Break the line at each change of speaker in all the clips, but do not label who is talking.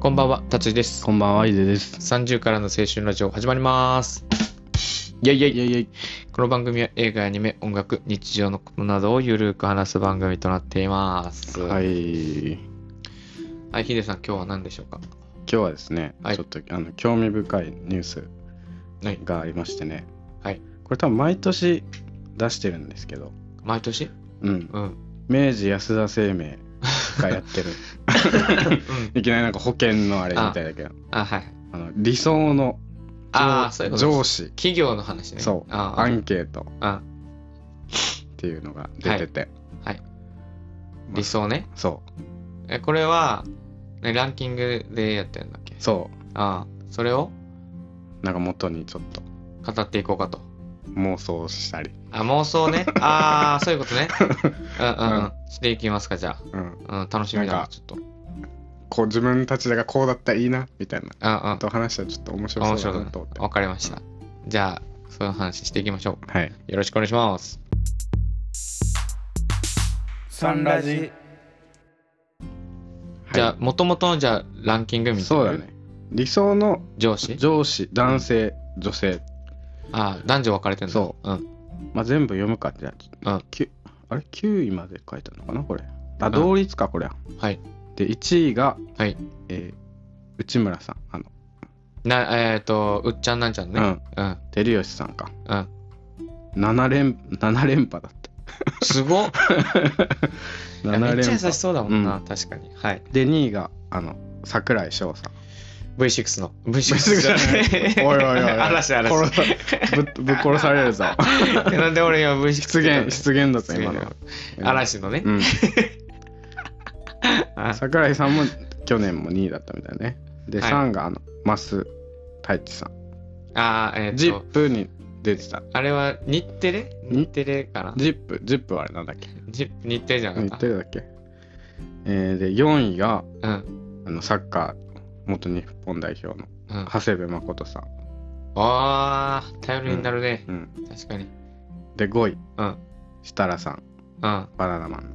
こんばんは、達治です。
こんばんは、いでです。
30からの青春ラジオ始まります。
いやいやいやいや
この番組は映画やアニメ、音楽、日常のことなどをゆるく話す番組となっています。。
はいい。今
はい、ヒデさん、今日は何でしょうか
日はですね、
はい
ちょっとあの興味深いニュース
はい
がありましてね、
はい
これ多分毎年出してるんですけど、
毎年
うん、
うん。うん。
明治安田生命が やってるいきなりなんか保険のあれみたいだけど
あ、はい。
あの理想の
ああ、
上
そういうことです
上司
企業の話ね。
そう
あ
アンケートっ
あ、あ
ていうのが出てて、
はい。理想ね。
そ
え、これは、ねランキングでやってるんだっけ
うそ
ああ、それを
うなんか元にちょっと
語っていこうかと。
妄想したり、
あ、妄想ね。ああ、そういうこと ね。うんうんうん。していきますか、じゃ
うん、
あ。うん、楽しみだ
なん
な、
か
ちょっと。
こう自分たちがこうだったらいいなみたいな
あ
と話したらちょっと面
うん、
白
面
そう
白
だ
い
なと思って。
わかりました。じゃあ、そういう話していきましょ
はい。
う。よろしくお願いします。
サンラジ。
じゃあ、もともとの、じゃあ、ランキングみたいな。
そうだ。ね。理想の
上司
上司、男性、女性、
ああ、男女分かれてるんだ。。
そう
うん。
まあ、全部読むかじゃあ、
うん
きゅあれ9位まで書いたのかなこれ。あ、
ん
同率かこれ。
はい。
で1位が、
はい。
えー内村さん、あの、
な、えっ、と、うっちゃんなんちゃん
う
ね。
ん、
うん。
照吉さんか。
うん。
7連7連覇だって。
す ごっ。いやめ
7
っ
連
ちゃ優
覇
し。そうだもんな、
う
確かに。はい。
で2位があの桜井翔さん。
V6 の。V6 じゃ ない。
おいおいおいおい。
嵐嵐。
殺さぶぶっ殺され るぞ。
えなんで俺今 V6
失言失言だった今のは。
嵐のね、
うん。
あ
桜井さんも去年も2位だったみたいね。で、
はい
3位があの、マス太一さん。
あーえっ、
ジッ
と
プに出てた。
あれは日テレ日テレかな
ジップ、ジップはあれなんだっけ
ジ日テレじゃな
言
か
っ
って
るだっけえーで、4位が、
たうん
あの、サッカー元日本代表の
うん
長谷部誠さん。
あー頼りになるね、
うん。
確かに
で、5位、
うん
設楽さん、
うん
バナナマン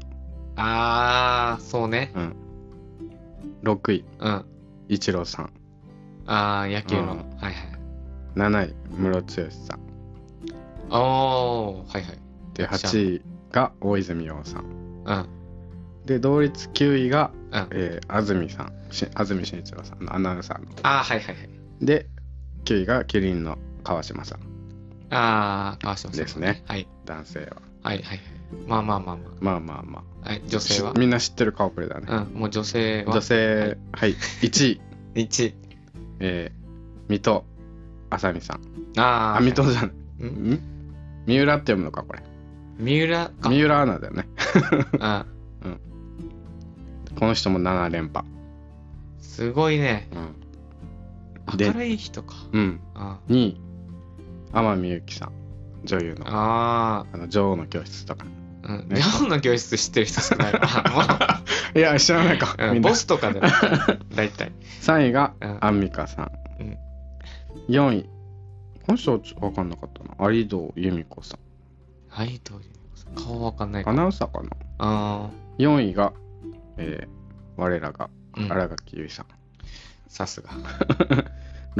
あーそうね
の。6位、
うん
イチローさん。
あー野球の、
うん
はいはい
7位、ムロツヨシさん。
おーはいはい
で、8位が大泉洋さん。
うん
で、同率9位が、
うん
えー安住さんし安住紳一郎さんのアナウンサーの
あーはいはいはい
で9位がキリンの川島さん
あー川島さん
ですね
はい
男性は
はいはいまあまあまあま
まあまあま
あ、はい、
あ
女性は
しみんな知ってる顔ぶれだね、
うんもう女性は
女性はい、1位、
1
えー、水戸あさみさん
あー
あ水戸じゃない
うん
ん三浦って読むのかこれ
三浦か
三浦アナだよね
うん
この人も7連覇
すごいね。
うで
明るい人か。
ん、うん、
あ
2位天海祐希さん女優の
あ
あの女王の教室とか
ー、うん。日
ね
本の教室知ってる人少ない わ。
いや知らないか、
もう、うん
みんな
ボスとかでなんか、だいたい。
3位が
うん
アンミカさん、
うん
4位この人はちょっと分かんなかったな有堂由美子さん
はい、どういうこと顔わかんないか
ア
ら。
ナウンサーかな
あ
4位が、えー我らが
ーうん
新垣結衣さ
さすが。
ん、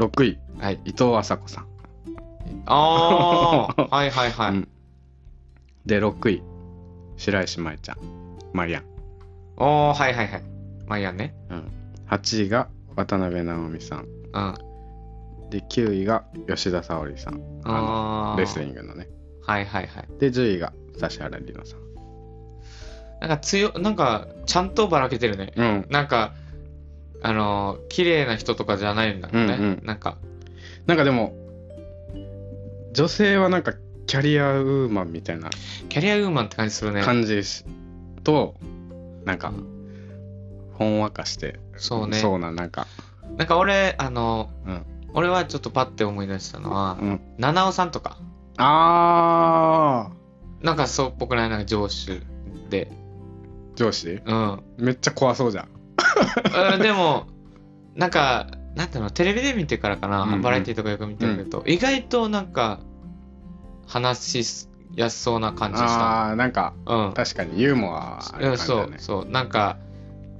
6位
はい。
伊藤麻子さん、
あ あ、はいはいは
う
い。
んで6位白石麻衣ちゃんマリアン、
おおはいはいはい。まあいいやね。
うん、8位が渡辺直美さん
うん。あ
で9位が吉田沙保里さん
あー。
レスリングのね
はいはいはい。
で10位が指原莉乃さん
なんか強、なんか、ちゃんとばらけてるね。
うん
なんか、あのー、綺麗な人とかじゃないんだろうね。
うんうん
なんか、
なんかでも女性はなんかキャリアウーマンみたいな
キャリアウーマンって感じするね。
感じし、となん
う
か
ん
ほんわかして
そうね。
ななんか
なんか俺、あの、
うん
俺はちょっとパッて思い出したのは、
うん
七尾さんとか、
あ
なんかそうっぽくない、なんか上司で。
ー上司
うん。
めっちゃ怖そうじゃん
うんでも、なんか、なんていうの、テレビで見てからかな、
うんうん
バラエティとかよく見てると、意外となんか、話しやすそうな感じした。
あーなんか
うん。
確かにユーモアある
うん
感じ
そ
だ
う
ね
そうなんか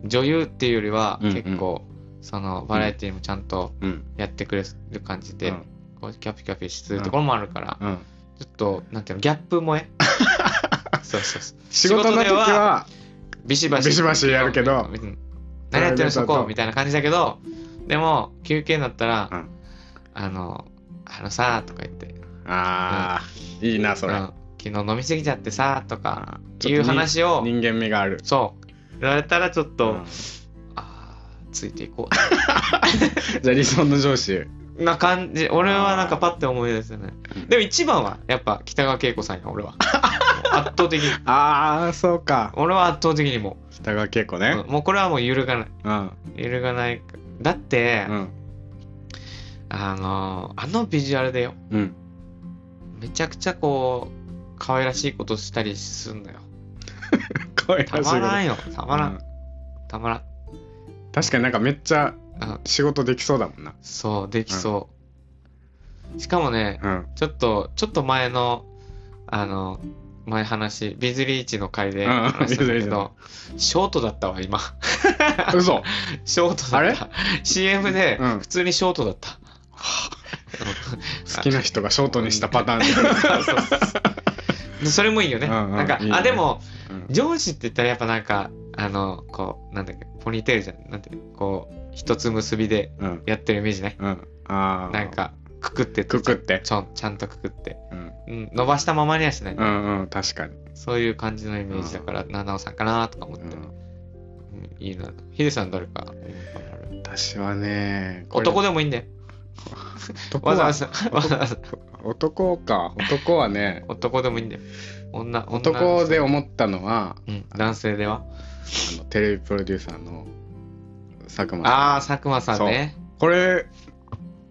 女優っていうよりは
うんうん
結構そのバラエティーもちゃんと
うん
やってくれる感じで、
うん
こうキャピキャピするところもあるから、
うん、
ちょっとなんていうのギャップ萌え そうそうそう
仕事の時は
ビシバシ
ビシバシやるけど
うん何やってるのそこみたいな感じだけどでも休憩になったら、
うん
あのあのさとか言って
ああいいなそれ、
うん昨日飲みすぎちゃってさとか
あー
いう話を
人間味がある
そうやられたらちょっと、
うん
あーついていこ
じゃあ理想の上司
う な感じ俺はなんかパッて思い出すね
うん
でも一番はやっぱ北川景子さんや俺 は圧倒的に
ああそうか
俺は圧倒的にも
北川景子
う、
ね
うんもうこれはもう揺るがない
うん
揺るがないだって、
うん
あのあのビジュアルでよ
うん
めちゃくちゃこう可愛らしいことしたりすんのよ
可愛らしたいこ
ま
と
らんよたまらん、
うん
たまらん
確かになんかめっちゃ
うん
仕事できそうだもんな
そうできそう、しかもね
うん
ちょっとちょっと前のあの前話ビズリーチの回で
うん
話したんだ
ビ
け
ズリー
ど、ショートだったわ今
嘘
ショートだった CM で
うん
普通にショートだった、
好きな人がショートにしたパター ンで
そうそうそうそれもいいよね。
うんうん
なんか、
いいね
あ、でも、
うん
上司って言ったらやっぱなんか、あの、こう、なんだっけ、ポニーテールじゃん。なんていうのこう、一つ結びで
うん
やってるイメージね。
うんああ
なんか、くくってて
くくって
ちょんちゃんとくくって。
うん
うん、伸ばしたままにはしない。
うんうん確かに
そういう感じのイメージだから、七尾さんかなとか思って、
う
うん
ん
いいな。ヒデさん誰か。
私はねこれ
男でもいいんだよ。
男
わざわ
は
ざ、わざわざ、
男か男はね
男でもいいんだよ。女、女。
男で思ったのは
うん、男性では。
あのテレビプロデューサーの佐久間さん
ああ、佐久間さんね。
これ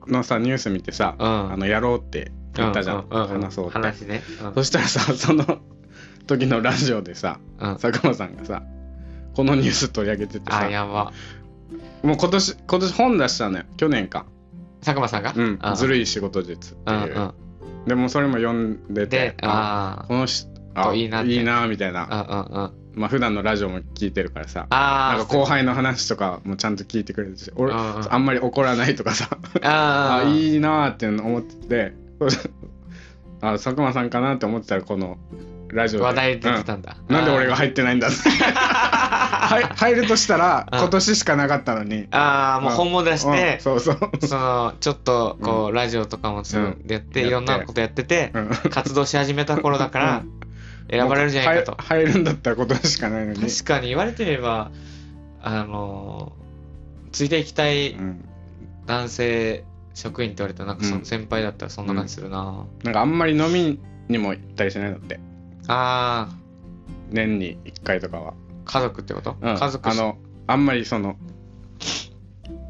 のさニュース見てさ、
うん
あのやろうって言ったじゃん、
ううう
話そうって
話ね。うん
そしたらさ その時のラジオでさ
うん
佐久間さんがさこのニュース取り上げてて
あ、
さ
やば。
もう今年今年本出したのよ去年か、
佐久間さんが
うんず
い。
るい仕事術」って
うん
いう、
うん
でもそれも読んでて
で、あ
この人あ
いいなって
みたい
あ。う
な、
んうんうん。
まあ普段のラジオも聞いてるからさ
ああ。
なんか後輩の話とかもちゃんと聞いてくれるし俺、
うんうん
あんまり怒らないとかさ
あ
あ
あ。い。
いいなーって思ってて あ佐久間さんかなって思ってたらこのラジオで
話題出てたんだ。
うんなんで俺が
入っ
入ってないんだってはい入るとしたら
うん
今年しかなかったのに
ああ、もう本も出し
うん
て、
そうそう、
その、ちょっと、こう、ラジオとかもちょっ
う
とやって、
やって
いろんなことやってて
う、ん
活動し始めた頃だから、選ばれるじゃないかと
もう。入入るんだったら今年しかないのに
確かに言われてみれば、あのー、ついていきたい
うん
男性職員って言われたらなんかそうの
ん
先輩だったらそんな感じするな、
なんかあんまり飲みにも行ったりしないんだって
あ
年に1回とかは、
ー家族ってこと、
うん
家族
あ
し
のあんまりその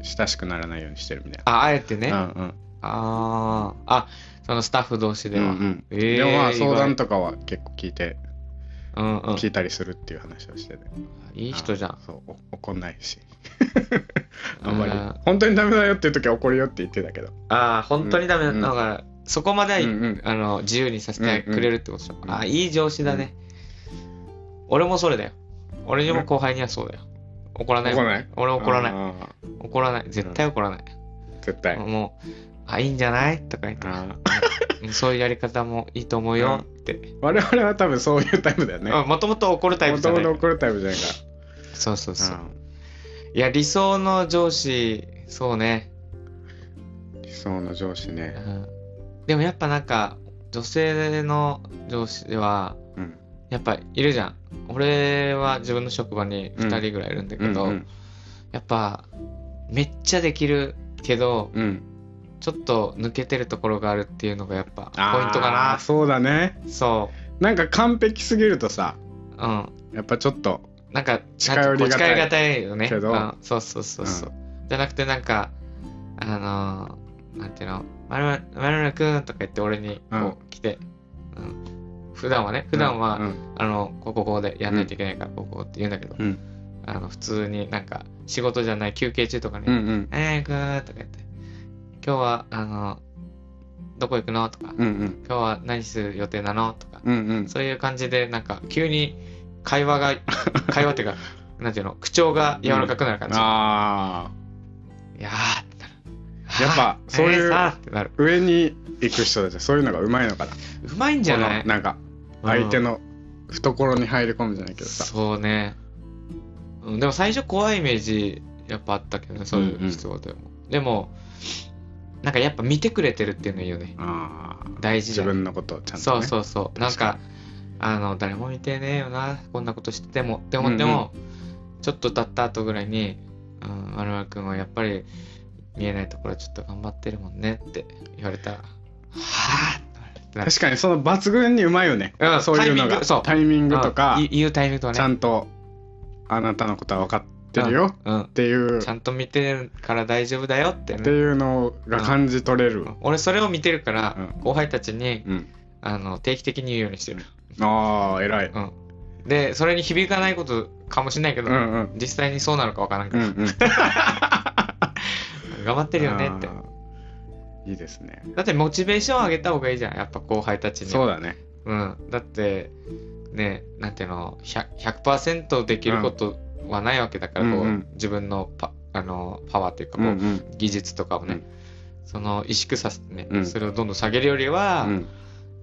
親しくならないようにしてるみたい
ああえてね、
な
あ
うんうん
あーあそのスタッフ同士では、
うんうん
えー
でもまあ
意外
相談とかは結構聞いて
うんうん
聞いたりするっていう話をしてて、
いい人じゃ
あ
ん
そうお怒んないしあんまり
あー
本当にダメだよっていう時は怒るよって言ってたけど
ああ本当にダメなのが、そこまでは、
うんうん
あの自由にさせてくれるってことだ、
んうん
ああいい上司だね、俺もそれだよ俺にも後輩にはそうだよ怒らない
怒らない
俺怒らない
あ
怒らない絶対怒らない、
ー絶対
もう「あいいんじゃない?」とか言って
あ
うんそういうやり方もいいと思うよって。
我々は多分そういうタイプだよね
もともと怒るタイプ
も
じ
と
ゃな
も
い
と。怒るタイプじゃないか
そうそうそ
ら、
う。いや、理想の上司、そうね。
うん理想の上司
う
ね、
ん、でもやっぱなんか、女性の上司は、
うん、
やっぱいるじゃん。俺は自分の職場に2人ぐらいいるんだけど、
うんうん
やっぱ、めっちゃできるけど、
うん
ちょっと抜けてるところがあるっていうのがやっぱ、
あー
ポイントか
そうだね
な。そ
なんか完璧すぎるとさ
う。うん。
やっぱちょっと
なんか、
近寄りがたい
近寄いよね。
けど
うんそうそうそうそう、じゃなくて、なんか、あのーなんていうの、まるまるくんとか言って俺にこう来て、うん普段はね、普段は、
うん
あの、ここここでやんないといけないから、こここって言うんだけど、
うん
あの、普通になんか、仕事じゃない休憩中とかに、
うんうん
えーくんとか言って、今日は、あの、どこ行くのとか、
うんうん
今日は何する予定なのとか、
うんうん
そういう感じで、なんか、急に会 話が、会話っていうか、なんていうの、口調が柔らかくなる感じ。
あ
いやーってなる。
やっぱ
あー
そういう
えーさーってなる。
上に行く人たちそういうのがうまいのかな
うまいんじゃな
こ
い
のなんか相手の懐に入り込むじゃないけどさ
そうね、うん、でも最初怖いイメージやっぱあったけどねそういう人でも、でもなんかやっぱ見てくれてるっていうのいいよね
あー
大事
自
だよ、
分のことをちゃん
そ
と
う
ね
そうそうなんかあの誰も見てねえよなこんなことしててもって思っても、ちょっと経った後ぐらいに「うん丸丸くんはやっぱり見えないところちょっと頑張ってるもんね」って言われたら「はあ」ってなる
確かにその抜群にうまいよね
うん
そういう
タイミ
の
ン
が
グそう
タイミングとか
うん言うタイミングとかね
ちゃんとあなたのことは分かってるよっ
うん、
ていう
ちゃんと見てるから大丈夫だよってね
っていうのが感じ取れる
俺それを見てるから、
うん
後輩たちに
うん
あの定期的に言うようにしてる、
ああ偉い
うん、でそれに響かないことかもしれないけ
うん
ど、
うん
実際にそうなのかわからんか
うんう
ら、
ん言っ
頑張ってるよねって
いいですね
だってモチベーションを上げた方がいいじゃんやっぱ後輩たちに
そうだね
うん、だってねなんていうの 100%, 100%できることはないわけだから、
うん
こ
う
うん自分のパあのパワーっていうか
う
こ
ん
う、
うん
技術とかをね、
うん
その萎縮させてね、
うん
それをどんどん下げるよりは、
うん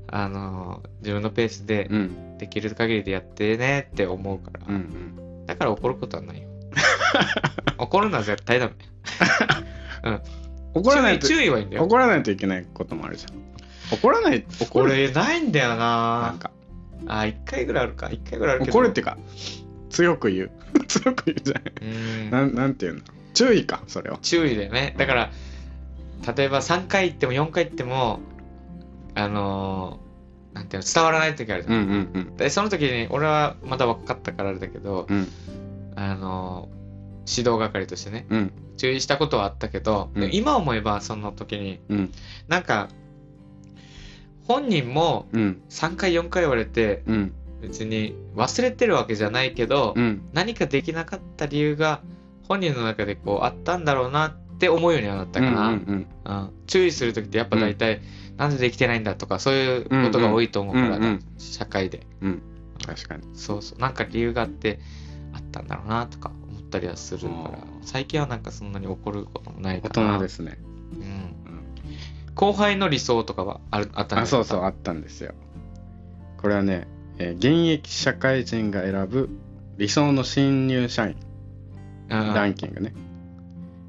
あの自分のペースで
うん
できる限りでやってねって思うから、
うんうん
だから怒ることはないよ 怒るのは絶対ダメ
怒らないと
注意注意はいいんだよ
怒らないといけないこともあるじゃん怒らない怒る
俺ないんだよ
な
なん
か
あ一回ぐらいあるか一回ぐらいあるけど
怒るっていうか強く言う 強く言うじゃ
う
なんいなんなんていうんだろう注意かそれは
注意だよねだから例えば3回行っても4回行ってもあのーなんていうの伝わらない時あるじゃん、
うんうん
でその時に俺はまだ若かったからあれだけど、
うん
あのー指導係としてね
うん
注意したことはあったけど、
うん
今思えばその時に
うん
なんか本人も
うん
3回4回言われて
うん
別に忘れてるわけじゃないけど、
うん
何かできなかった理由が本人の中でこうあったんだろうなって思うようにはなったか
う
ら、
んうん
うん注意する時ってやっぱ大体、なんでできてないんだとかそういうことが多いと思うから、
うんうん
社会で
確かに
そうそうなんか理由があってあったんだろうなとか思ったりはするか
あ
ら
ー
最近はなんかそんなに怒ることもないか
大
ら
人ですね
うん
うん
後輩の理想とかはあるあったん
あ
ですか
そうそうあったんですよこれはね、えー現役社会人が選ぶ理想の新入社員
うん
ランキングね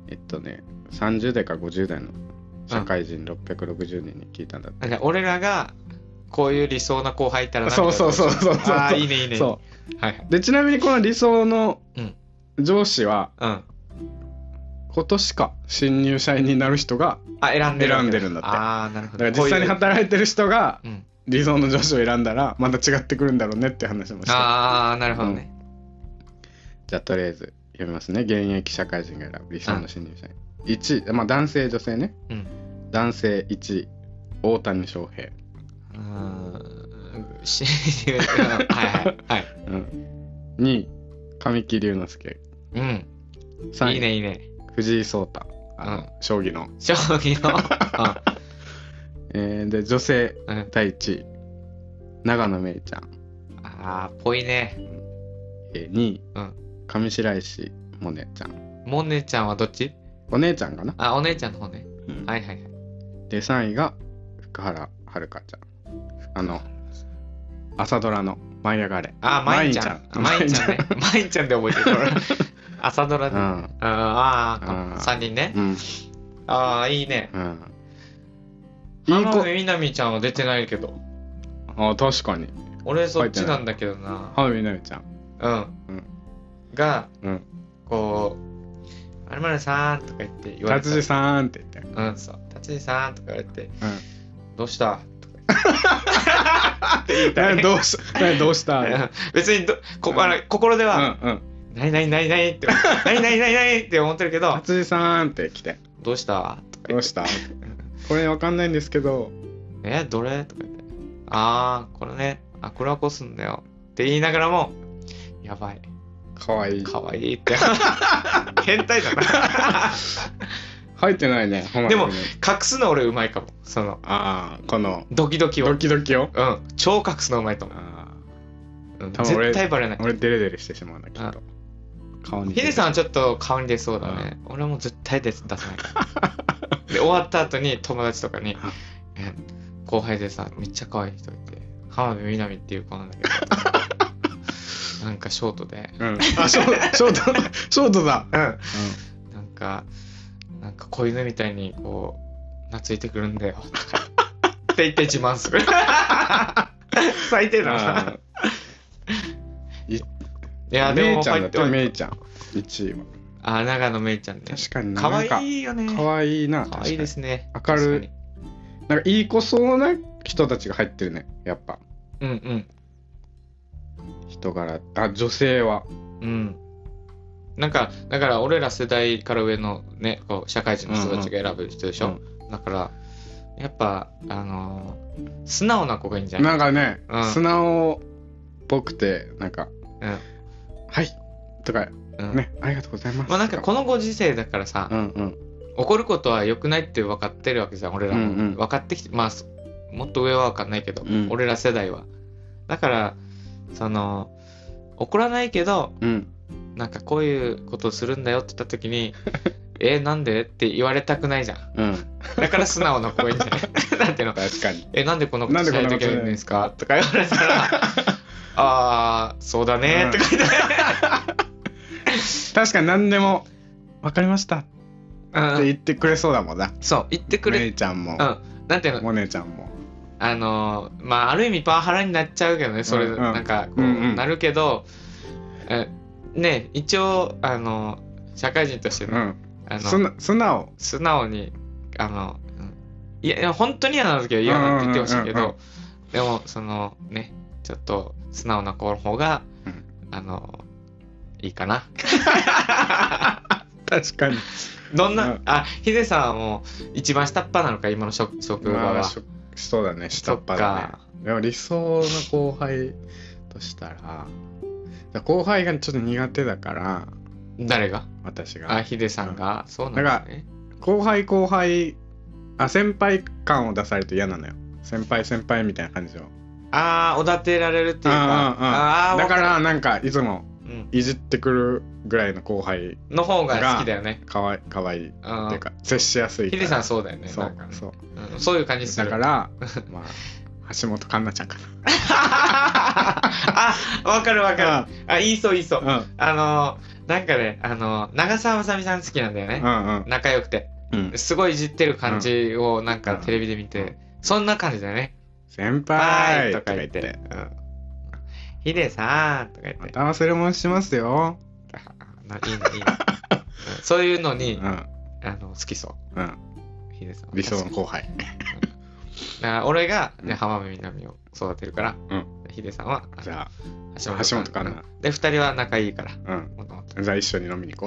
えっとね30代から50代の社会人660人に聞いたんだって
あじゃあ俺らがこういう理想な後輩いたらな
そうそうそうそうそうそう
ああいいねいいね
そ
はいはいう
でちなみにこの理想の
うん
上司は
うん
今年か新入社員になる人が
あ選んでるわけ
選んでるんだって
ああなるほ
だ
ど
から実際に
こ
働いてる人が
ういううん
理想の上司を選んだらまた違ってくるんだろうねって話もした
ああなるほどね、
じゃあとりあえず読みますね現役社会人が選ぶ理想の新入社員1位、まあ、男性女性ね、
うん
男性1位大谷翔平、
うーんし うんはいはいはい
うん、2位神木隆之介
うん
3位
いいねいいね
藤井聡太あの、
うん
将棋の、
将棋 の
えーで女性
うん、うん、
第1位長野めいちゃん、
ああぽいね
えー、2位、
うん
上白石萌音ちゃん
モネちゃんはどっち
お姉ちゃんかな、
あお姉ちゃんの方ね
うん
はいはいはい
で3位が福原遥ちゃんあの朝ドラの「舞い上がれ」
あーまいんちゃんまいんちゃ んねまいんちゃんで覚えてる俺朝ドラで、
う
あ
ん
あ
う
ー
ん
こ三人ね
うん
ああいいね
うんいい
浜
子
辺美波ちゃんは出てないけど
あ確かに
俺そっちなんだけどな
浜辺美波ちゃん
う
うん
んが
うん
こう「まるまるさん」とか言って言われて
達治さんって言って
うんそう「達治さん」とか言われて
う
「どうした?」とか
ん何どうした何ど うした
言
う
って別にどこあの心では
んうん
「何何何何?」って 「何何何何?」って思ってるけど
達治さんって来て
「どうした?」とか
ど
言
う
っ
したこれわかんないんですけど
て「えどれ?」とか言って「ああこれねあこれはこすんだよ」って言いながらも「やばい
かわいい
かわいい」 って変態だな
入ってないねほんまに
でも隠すの俺うまいかもその
ああこの
ドキドキを
ドキドキを
うん超隠すのうまいと思う
あ
うん
多分俺
絶対バレない
ー俺デレデレしてしまうんだけど
あ
顔に
ヒデさんはちょっと顔に出そうだね。俺はもう絶対出出さ ないから。で、終わった後に友達とかに、え後輩でさ、めっちゃ可愛い人いて、浜辺美波っていう子なんだけ ど、なんかショートで、
うん、あショショートショートだ、
うんなんか、なんか子犬みたいにこう、懐いてくるん だよ。って言って自慢する。最低だな。い
い
や、
や
で
で
も、
もちゃんだってめ
入って
いちゃん1位は
あ、長野めいちゃんね。
確かにな
可
なんか
愛いよね。
かわいいな
可愛いですね。
明るい確かになんかいい子そうな人たちが入ってるねやっぱ
確かに。うん
人柄あ女性は
うん。うん。なんか、だから俺ら世代から上のね、こう、社会人の人たちが選ぶ人でしょ。だから、やっぱ、あのー素直な子がいいんじゃない
なんかね、
うん
素直っぽくてなんか「はい」とか
うん。うん
「ね、ありがとうございます」
まあなんかこのご時世だからさ、
うんうん
怒ることは良くないって分かってるわけじゃん俺らも、
うんうん
分かってきてまあそもっと上は分かんないけど、
うん
俺ら世代はだからその怒らないけど
うん
なんかこういうことをするんだよって言った時に 「えなんで?」って言われたくないじゃん
うん
だから素直な子がいいんじゃない なんていうの
確かに
「えなんでこんなことしないといけないんですか?」とか言われた ら「ああそうだね」とか言って、
確かに何でも「わかりました」っ
う
て
ん
言ってくれそうだもんな
そう言ってくれ、
姉ちゃんも
うんなんていうの
モネちゃんも
あのーまあある意味パワハラになっちゃうけどねそれ、
うんうん
なんかこう、
うんうん
なるけどえね一応あの社会人として
う
ね、
ん
あ
素
の
な素直
素直にあのうんいやいや本当に嫌なんだけど嫌なんて言ってほしいけど、
うんうんうん
でもそのねちょっと素直な子の方が、
うん
あのいいかな
確かに
どんな、
うん
あヒデさんはもう一番下っ端なのか今の職職場は、
まあしょそうだね下っ端だね
そっか
でも理想の後輩としたらだから後輩がちょっと苦手だから
誰が
私が
あヒデさんが、そうなんだね
後輩後輩あ先輩感を出されると嫌なのよ先輩先輩みたいな感じを
ああ、おだてられるっていうか。ああー、
だか
わ
らなんかいつも
る、うん
いじってくるぐらいの後輩
の方が好きだよね。
かわいかわいいって
うん
いうか接しやすい
ヒ
から
デさんそうだよね。
そ
なん
う
かね
そう
うんそういう感じす
だ
る。
からまあ橋本環奈ちゃんか
あ、わかるわかる。あ、いいそういいそう。
な
あのー、なんかね、あのー、長澤まさみさん好きなんだよ
う
ね
ん。うん
仲良くて。
うんうん
すごいいじってる感じをなんかテレビで見
うん
て、そんな感じだよね。
先
は
輩
ーい
と
と
か
か
言
言
っ
ってて。うんヒデさんとか言っ
ま
て。
た忘れ物しますよ
ないいねいいねうんそういうの
う
に、
ん
あの好きそう。
うん
ヒデさん。
理想の後輩
だから俺が、ね
うん
浜辺美波を育てるから、
うん
ヒデさんはあの
じゃ
橋
橋本環奈
で二人は仲いいから
あうん
もともと
じゃあ一緒に飲みに行こ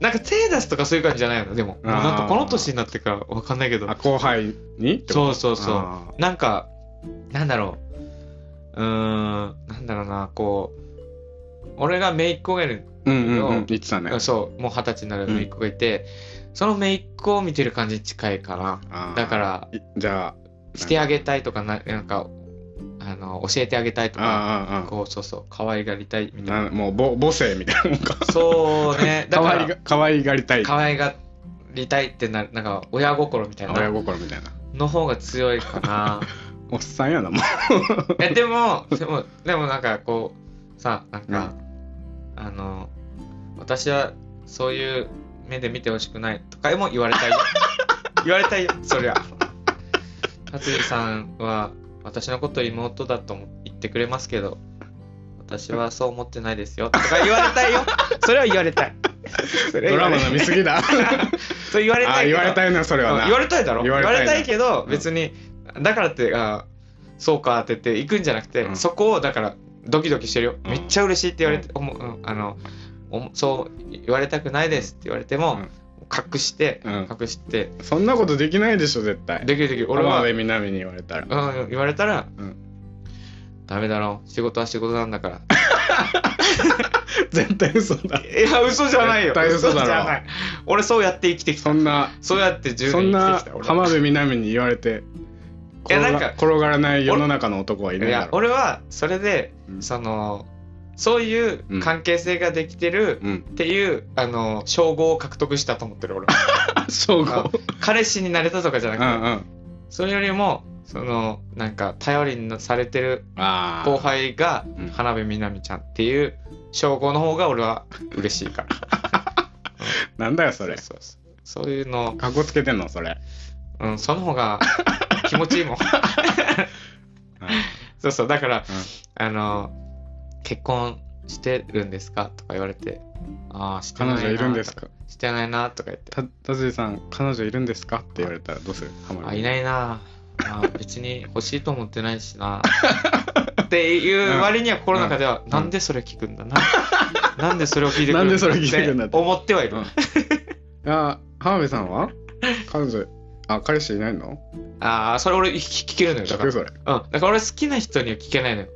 なんか手出すとかそういう感じじゃないのでももう
あー
なんかこの年になってから分かんないけ
う
ど
あ後輩に
そううそうそううなんかなんだろううーんなんだろうなこう俺が姪っ子がいる、
うんうんうん言ってたね
そうもう二十歳になる姪っ子がいて、その姪っ子を見てる感じに近いから
あー
だから
いじゃあ
してあげたいとかななんかあの教えてあげたいとか
ああ
こうそうそう可愛がりたいみたい
あ
な
あもう母母性みたいなもんか
そうねだ
可
か
愛が
ら
可愛がりたい
可愛がりたいってななんか親心みたい
親
な
心みたいな
の方が強いか な
おっさんやなもう
えでもでもでもなんかこうさなんか、あの私はそういう目で見てほしくないとかも言われたいよ 言われたいよそりゃ達治さんは私のこと妹だと言ってくれますけど私は そう思ってないですよとか言われたいよそれは言われたいそれ
ド
は言われ
ラマ
たい
飲みすぎだ あ
そう言われた
ー
いけ
言
ど
われたいなそれは
うん
な
言われたいだろ
言
言
わ
わ
れ
れ
たいな
たいけど
うん
別にだからってあそうかって言って行くんじゃなくて、
うん
そこをだからドキドキしてるよ、
うん
めっちゃ嬉しいって言われて、おもうんあのおもそう言われたくないですって言われても、隠して、
うん
隠して
そんなことできないでしょ絶対
できるできる
俺
俺は
は、みなみに言われたら
うん、言われたら、
うん
ダメだろ仕事は仕事なんだ から
絶対嘘だ
いや嘘じゃないよ
絶対嘘だろ
じゃない俺そうやって生きてきた
そんな
そうやって10
そん
年生
な
きてきた俺
浜辺美波に言われて
いや
転が
なんか
転がらない世の中の男はい
い
るんだ
や
ろ
俺はそれで
う、うん
そのそういう関係性ができてる
うん、
っていう、あの称号を獲得したと思ってる俺
そう
あ
か
彼氏になれたとかじゃな
う
く
んう
て、
ん
それよりもそのなんか頼りにされてる
あ
後輩が
うん
花部みなみちゃんっていう称号の方が俺は嬉しいから
ーなんだ よそれ
そうそうそうそういうの、
かっこつけてんのそれ
うん、その方が 気持ちいいもん
うん
そうそうだから、
うん
あの結婚してるんですかとか言われてああして
彼
ないな
女いるんです
と
か
してないなとか言って
た田尻さん彼女いるんですかって言われたらどうするハマる
あいないな あ別に欲しいと思ってないしなっていう割には心の中では、
ん
なんでそれ聞くんだな、なんでそれを聞いてくる
なん
だ
でそれを聞いてくるんだって
思ってはいる、
うんあ浜辺さんは彼女あ彼氏いないの
ああそれ俺聞聞けるのよだ
聞
か
く
ら
それ
うん、だから俺好きな人には聞けないのよ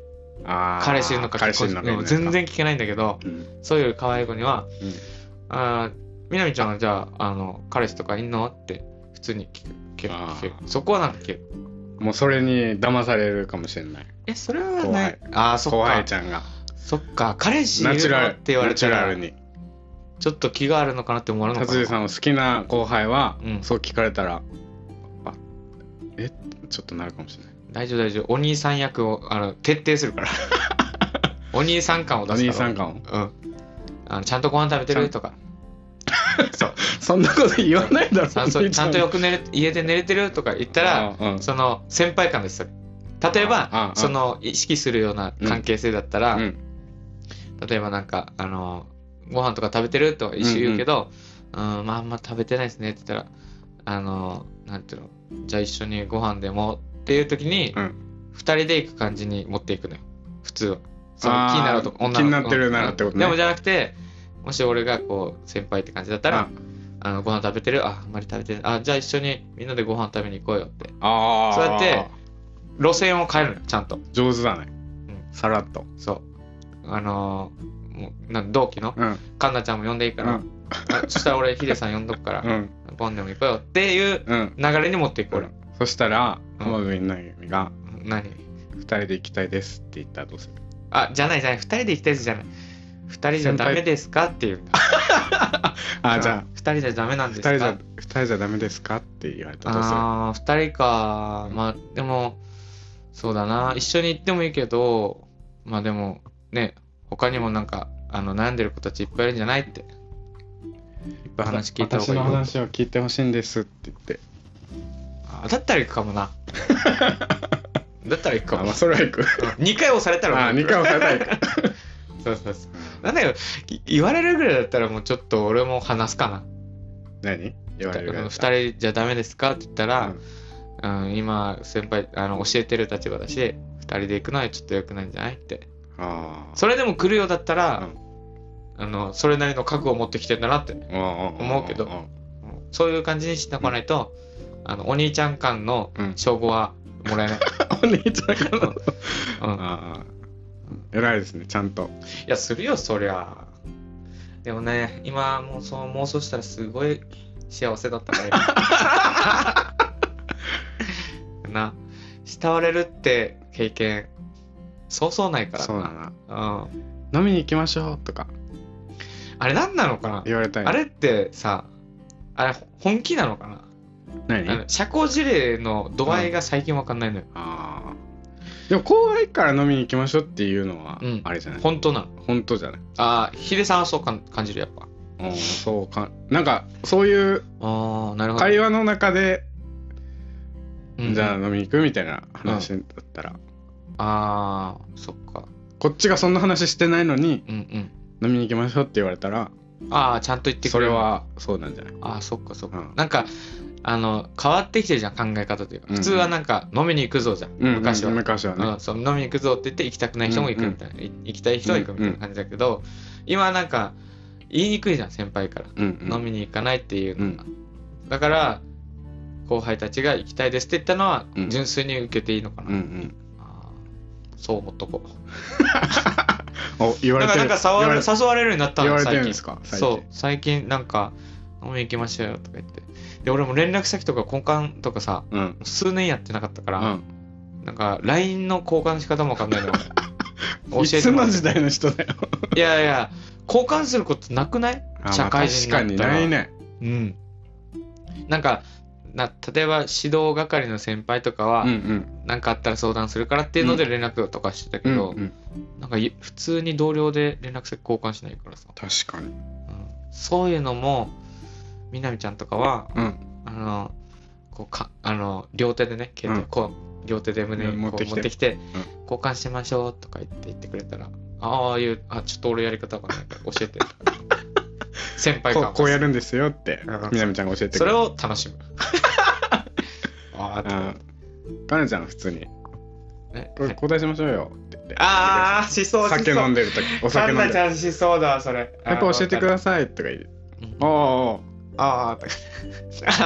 あー
彼氏いるのか
彼氏いるのかい
うん
ないのか
全然聞けないんだけど
うん
そういう可愛い子には
うん
「ああみなみちゃんはじゃああの彼氏とかいんの?」って普通に聞く聞く
あ
聞
ー
くそこはなんか聞ける
もうそれに騙されるかもしれない
えそれは
怖
ね
い
ああそっ
後輩
か
ちゃんが
そっか彼氏い
ナチ
る
ュ
の
ラ
っ
ル
て言われ
ナチ
た
ュラ
ら
ルに
ちょっと気があるのかなって思われるのか
達治
な
さんを好きな後輩は、
うん
そう聞かれたらあえちょっとなるかもしれない
大丈夫大丈夫お兄さん役をあの徹底するから お兄さん感を
お
出すから
兄さん感を
うんあのちゃんとご飯食べてるとか
そんなこと言わないだろ
ちゃんとちゃんとよく寝れ家で寝れてるとか言ったら
あうん
その先輩感ですそれ例え
あ
ば
あ
その意識するような関係性だったら、
うん
例えばなんかあのご飯とか食べてるとは一緒言うけど、うんまああんま食べてないですねって言ったらあのなんていうのじゃあ一緒にご飯でもっていう時に、
う
二
ん
人で行く感じに持っていくのよ普通はそ
あ
の
ー
気になると女の子
気になってるならってことね
でもじゃなくてもし俺がこう先輩って感じだったら、あのご飯食べてるああんまり食べてないあじゃあ一緒にみんなでご飯食べに行こうよって
ああ
そうやって路線を変えるのよちゃんと
上手だね、
ん
さらっと
そうあのーもうなん同期の
うん
カンナちゃんも呼んでいいから、
うん
あそしたら俺ヒデさん呼んどくから、
うん
ボンでも行こうよっていう
うん
流れに持っていく
ほ
俺
ら、そしたら
うん
浜辺美波が
何
「二人で行きたいです」って言ったらどうする
あじゃないじゃない2人で行きたいやつじゃない2人じゃダメですかっていうんだ
あじ ゃあ
2人じゃダメなんです
二
か
人じゃ二人じゃダメですかって言われたらどうする
ああ2人かまあでもそうだな一緒に行ってもいいけどまあでもね他にもなんかあの悩んでる子たちいっぱいいるんじゃないっていっぱい話聞いた方
私
がいい
の
よ
話を聞いてほしいんですって言って
あだったら行くかも なだったら行くか
あ
も
まあそれは行 く
2回押されたら
あ二回押 され たら行く
そうそうそうなんだよい言われるぐらいだったらもうちょっと俺も話すかな
何言われる
2人じゃダメですかって言ったら、うん今先輩あの教えてる立場だし2人で行くのはちょっと良くないんじゃないって
ああ
それでも来るようだったら、
う
あのそれなりの覚悟を持ってきてんだなって
思
思うけどうんそういう感じにしてこないと、あのお兄ちゃん間の
うん
称号はも らえない、
お姉ちゃ んからの
うん、
ああ偉いですねちゃんと
いや、するよ、そりゃ。でもね、今、もうその妄想したらすごい幸せだった から、今な、慕われるって経験、そうそうないから
そうだ
な。
な
うん、
飲みに行きましょうとか
あれ、何なのかな
言われたい
あれってさ、あれ、本気なのかな
何
あの社交辞令の度合いが最近わかんないのよ。
あーでも後輩から飲みに行きましょうっていうのは
うん
あれじゃない、
本当なの。
本当じゃない
ああ、ヒデさんはそうかん感じる、やっぱ。
うんそうかなんかそういう
ああ、なるほど。
会話の中で、
うん
じゃあ飲みに行くみたいな話だったら、
ああ、そっか。
こっちがそんな話してないのに
うんうん。
飲みに行きましょうって言われたら
ああちゃんと言ってく
そ
れ
れ
る
はそうなんじゃない
ああそっかそっか、
うん
なんかあの変わってきてるじゃん考え方というか
うん
普通はなんか飲みに行くぞじゃん、
うん
昔は、
うん
うん
昔はね、
そう飲みに行くぞって言って行きたくない人も行くみたいな、い行きたい人は行くみたいな感じだけど、今はなんか言いにくいじゃん先輩から、
うんうん
飲みに行かないっていうのが、だから後輩たちが行きたいですって言ったのは
うん
純粋に受けていいのかな、
うんうん
あーそう思っとこう
お言わ
だ
れ
か
て
ら
る
なんか触
言わ
る
れ
誘われるようになった
言わ
の
れ
最
てるんで
近
すか
そう最近なんか飲み行きましょうよとか言って。で、俺も連絡先とか交換とかさ、
うん。
数年やってなかったか
う
ら、
ん。
なんか LINE の交換の仕方もわかんないの。
い
教え
つ
てもらっ
の
て
時代の人だよ。
いやいや、交換することなくない
あまあ
社会人になったら
確かにないね。
うん。なんか、な例えば指導係の先輩とかは
うんうん。
何かあったら相談するからっていうので連絡とかしてた
う
け
ん
ど、
うん。
なんかい普通に同僚で連絡先交換しないからさ、
確かに。
うんそういうのもみなみちゃんとかは
うん。
あのこうかあの両手でね携帯
うん
こう両手で胸に
持っ
こ
て
う
きて
持ってきて交換しましょうとか言って言ってくれたらああいうあちょっと俺やり方わかんないから教え て先輩
こ
感
う
を
こうやるんですよって
うん、
みなみちゃんが教えて
そ
くれ
れ
る。
を楽しむ あー
あカネちゃんは普通に、
ね
これ交代しましょうよって言って。
あーしそうしそう
酒飲んでるとき、お酒飲んで
カンナち。ゃ
る
んしそうだわそれ
やっぱ教えてく
さ
ださいとか言う
い。
ああ ああ、ああ、とか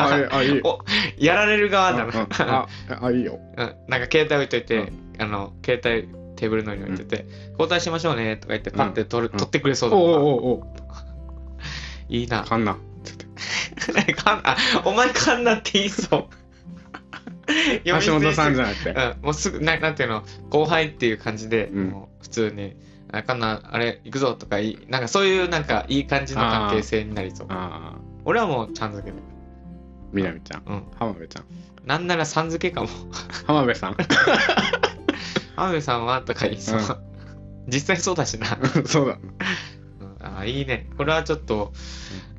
ああ、ああ、いい。
お やられる側
あ
だな、
あ、ああ、いいよ。
うんなんか携帯置いといて、
う
あの携帯テーブルの上に置いてて、交代しましょうねとか言ってパッて取る、
うん
取ってくれそ
お
うだな、
おおお
いいな
お、かんな。
かんあお前かんなって言いそう
橋本さんじ
ゃ
ゃなくて。
うん、もうすぐななんていうの後輩っていう感じで、
うん
もう普通に「あかんなあれ行くぞ」とかいいなんかそういうなんかいい感じの関係性になりそう
ああ、
俺はもうちゃん付けで
みなみちゃん。
うん
浜辺ちゃん。
なんならさん付けかも
浜辺さん。
「アメさんは?」とか言いそう、
う
実際そうだしな
そうだ。
うんあいいねこれはちょっと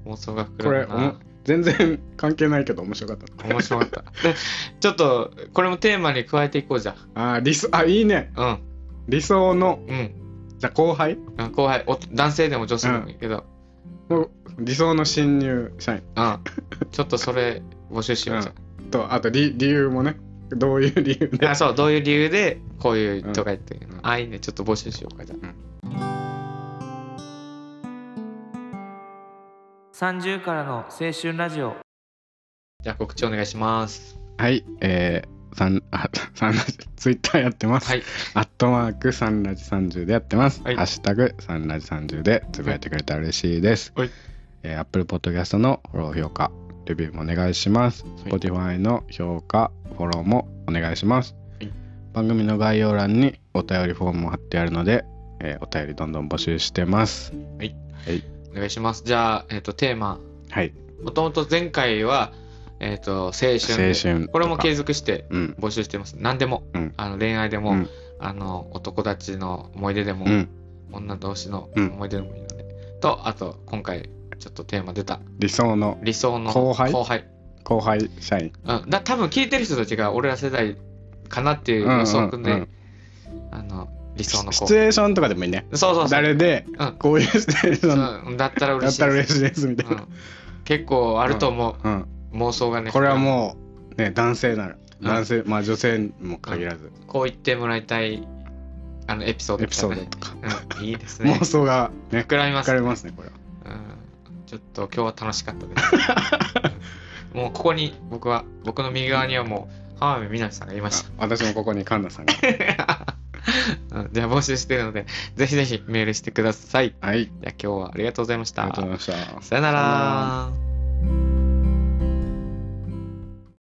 妄想が膨
これ
らむな
全然関係ないけど面白かった。
面白か ったでちょっとこれもテーマに加えていこうじゃ
ああ、理想、あ、いいね。
ん
理想の、
うんうん
じゃあ後輩
あ後輩お男性でも女性でもいいけど、
の理想の新入社員
うんちょっとそれ募集しようじ ゃん、
と、あと理理由もね。どういう理由で
あ。そうどういう理由でこういうとか言って、
ん
あいいねちょっと募集しようかじゃ
30からの青春ラジオ
じゃあ告知お願いします
はい、えー、さん、あ、さんラジ、ツイッターやってます。
はい
アットマークサンラジ30でやってます。
はい
ハッシュタグサンラジ30でつぶやいてくれたら嬉しいです。
はい
えー、Apple Podcast のフォロー評価、レビューもお願いします。
い
Spotify の評価、フォローもお願いします。
はい
番組の概要欄にお便りフォームを貼ってあるので、えーお便りどんどん募集してます。
お願いしますじゃあ、えっとテーマ
はい。
もともと前回は、えっと青
青
春
春とか。
これも継続して
うん。
募集してます何でも、
うん
あの恋愛でも、
うん
あの男たちの思い出でも、
うん。
女同士の
うん
思い出でもいいので、とあと今回ちょっとテーマ出た
理想の
理想の
後輩
後輩、
後輩社員。
うん、だ多分聞いてる人たちが俺ら世代かなっていう予想を組んで、
うんうん
あの理
シ
想の後
チュ
輩
エーションとかでもいいね。
そうそうそう
誰で、
うん
こういうシチュエーション
うんだったら
だ
嬉
っ
しい
たら
です
嬉しいですみたいな。
うん結構あると思う、
うん
妄想がね
これはもう、ね、男性なら
うん
男性、まあ女性にも限らず、
こう言ってもらいたいあのエピソード
エ
で
ピ
した
ソ
ね
ードとか、
うん、いいですね
妄想が ね
膨らみま
分
す
か
ね
れますねこれは
うんちょっと今日は楽しかったです。 もうここに僕は僕の右側にはもう浜辺美波さんがいまし
あ私もここに神田さんが
た。うんじゃあ募集してるのでぜひぜひメールしてください。
は い
じゃあ今日はありがとうございまし
あ
た
りがとう。ございました
さよな
さよ
ら。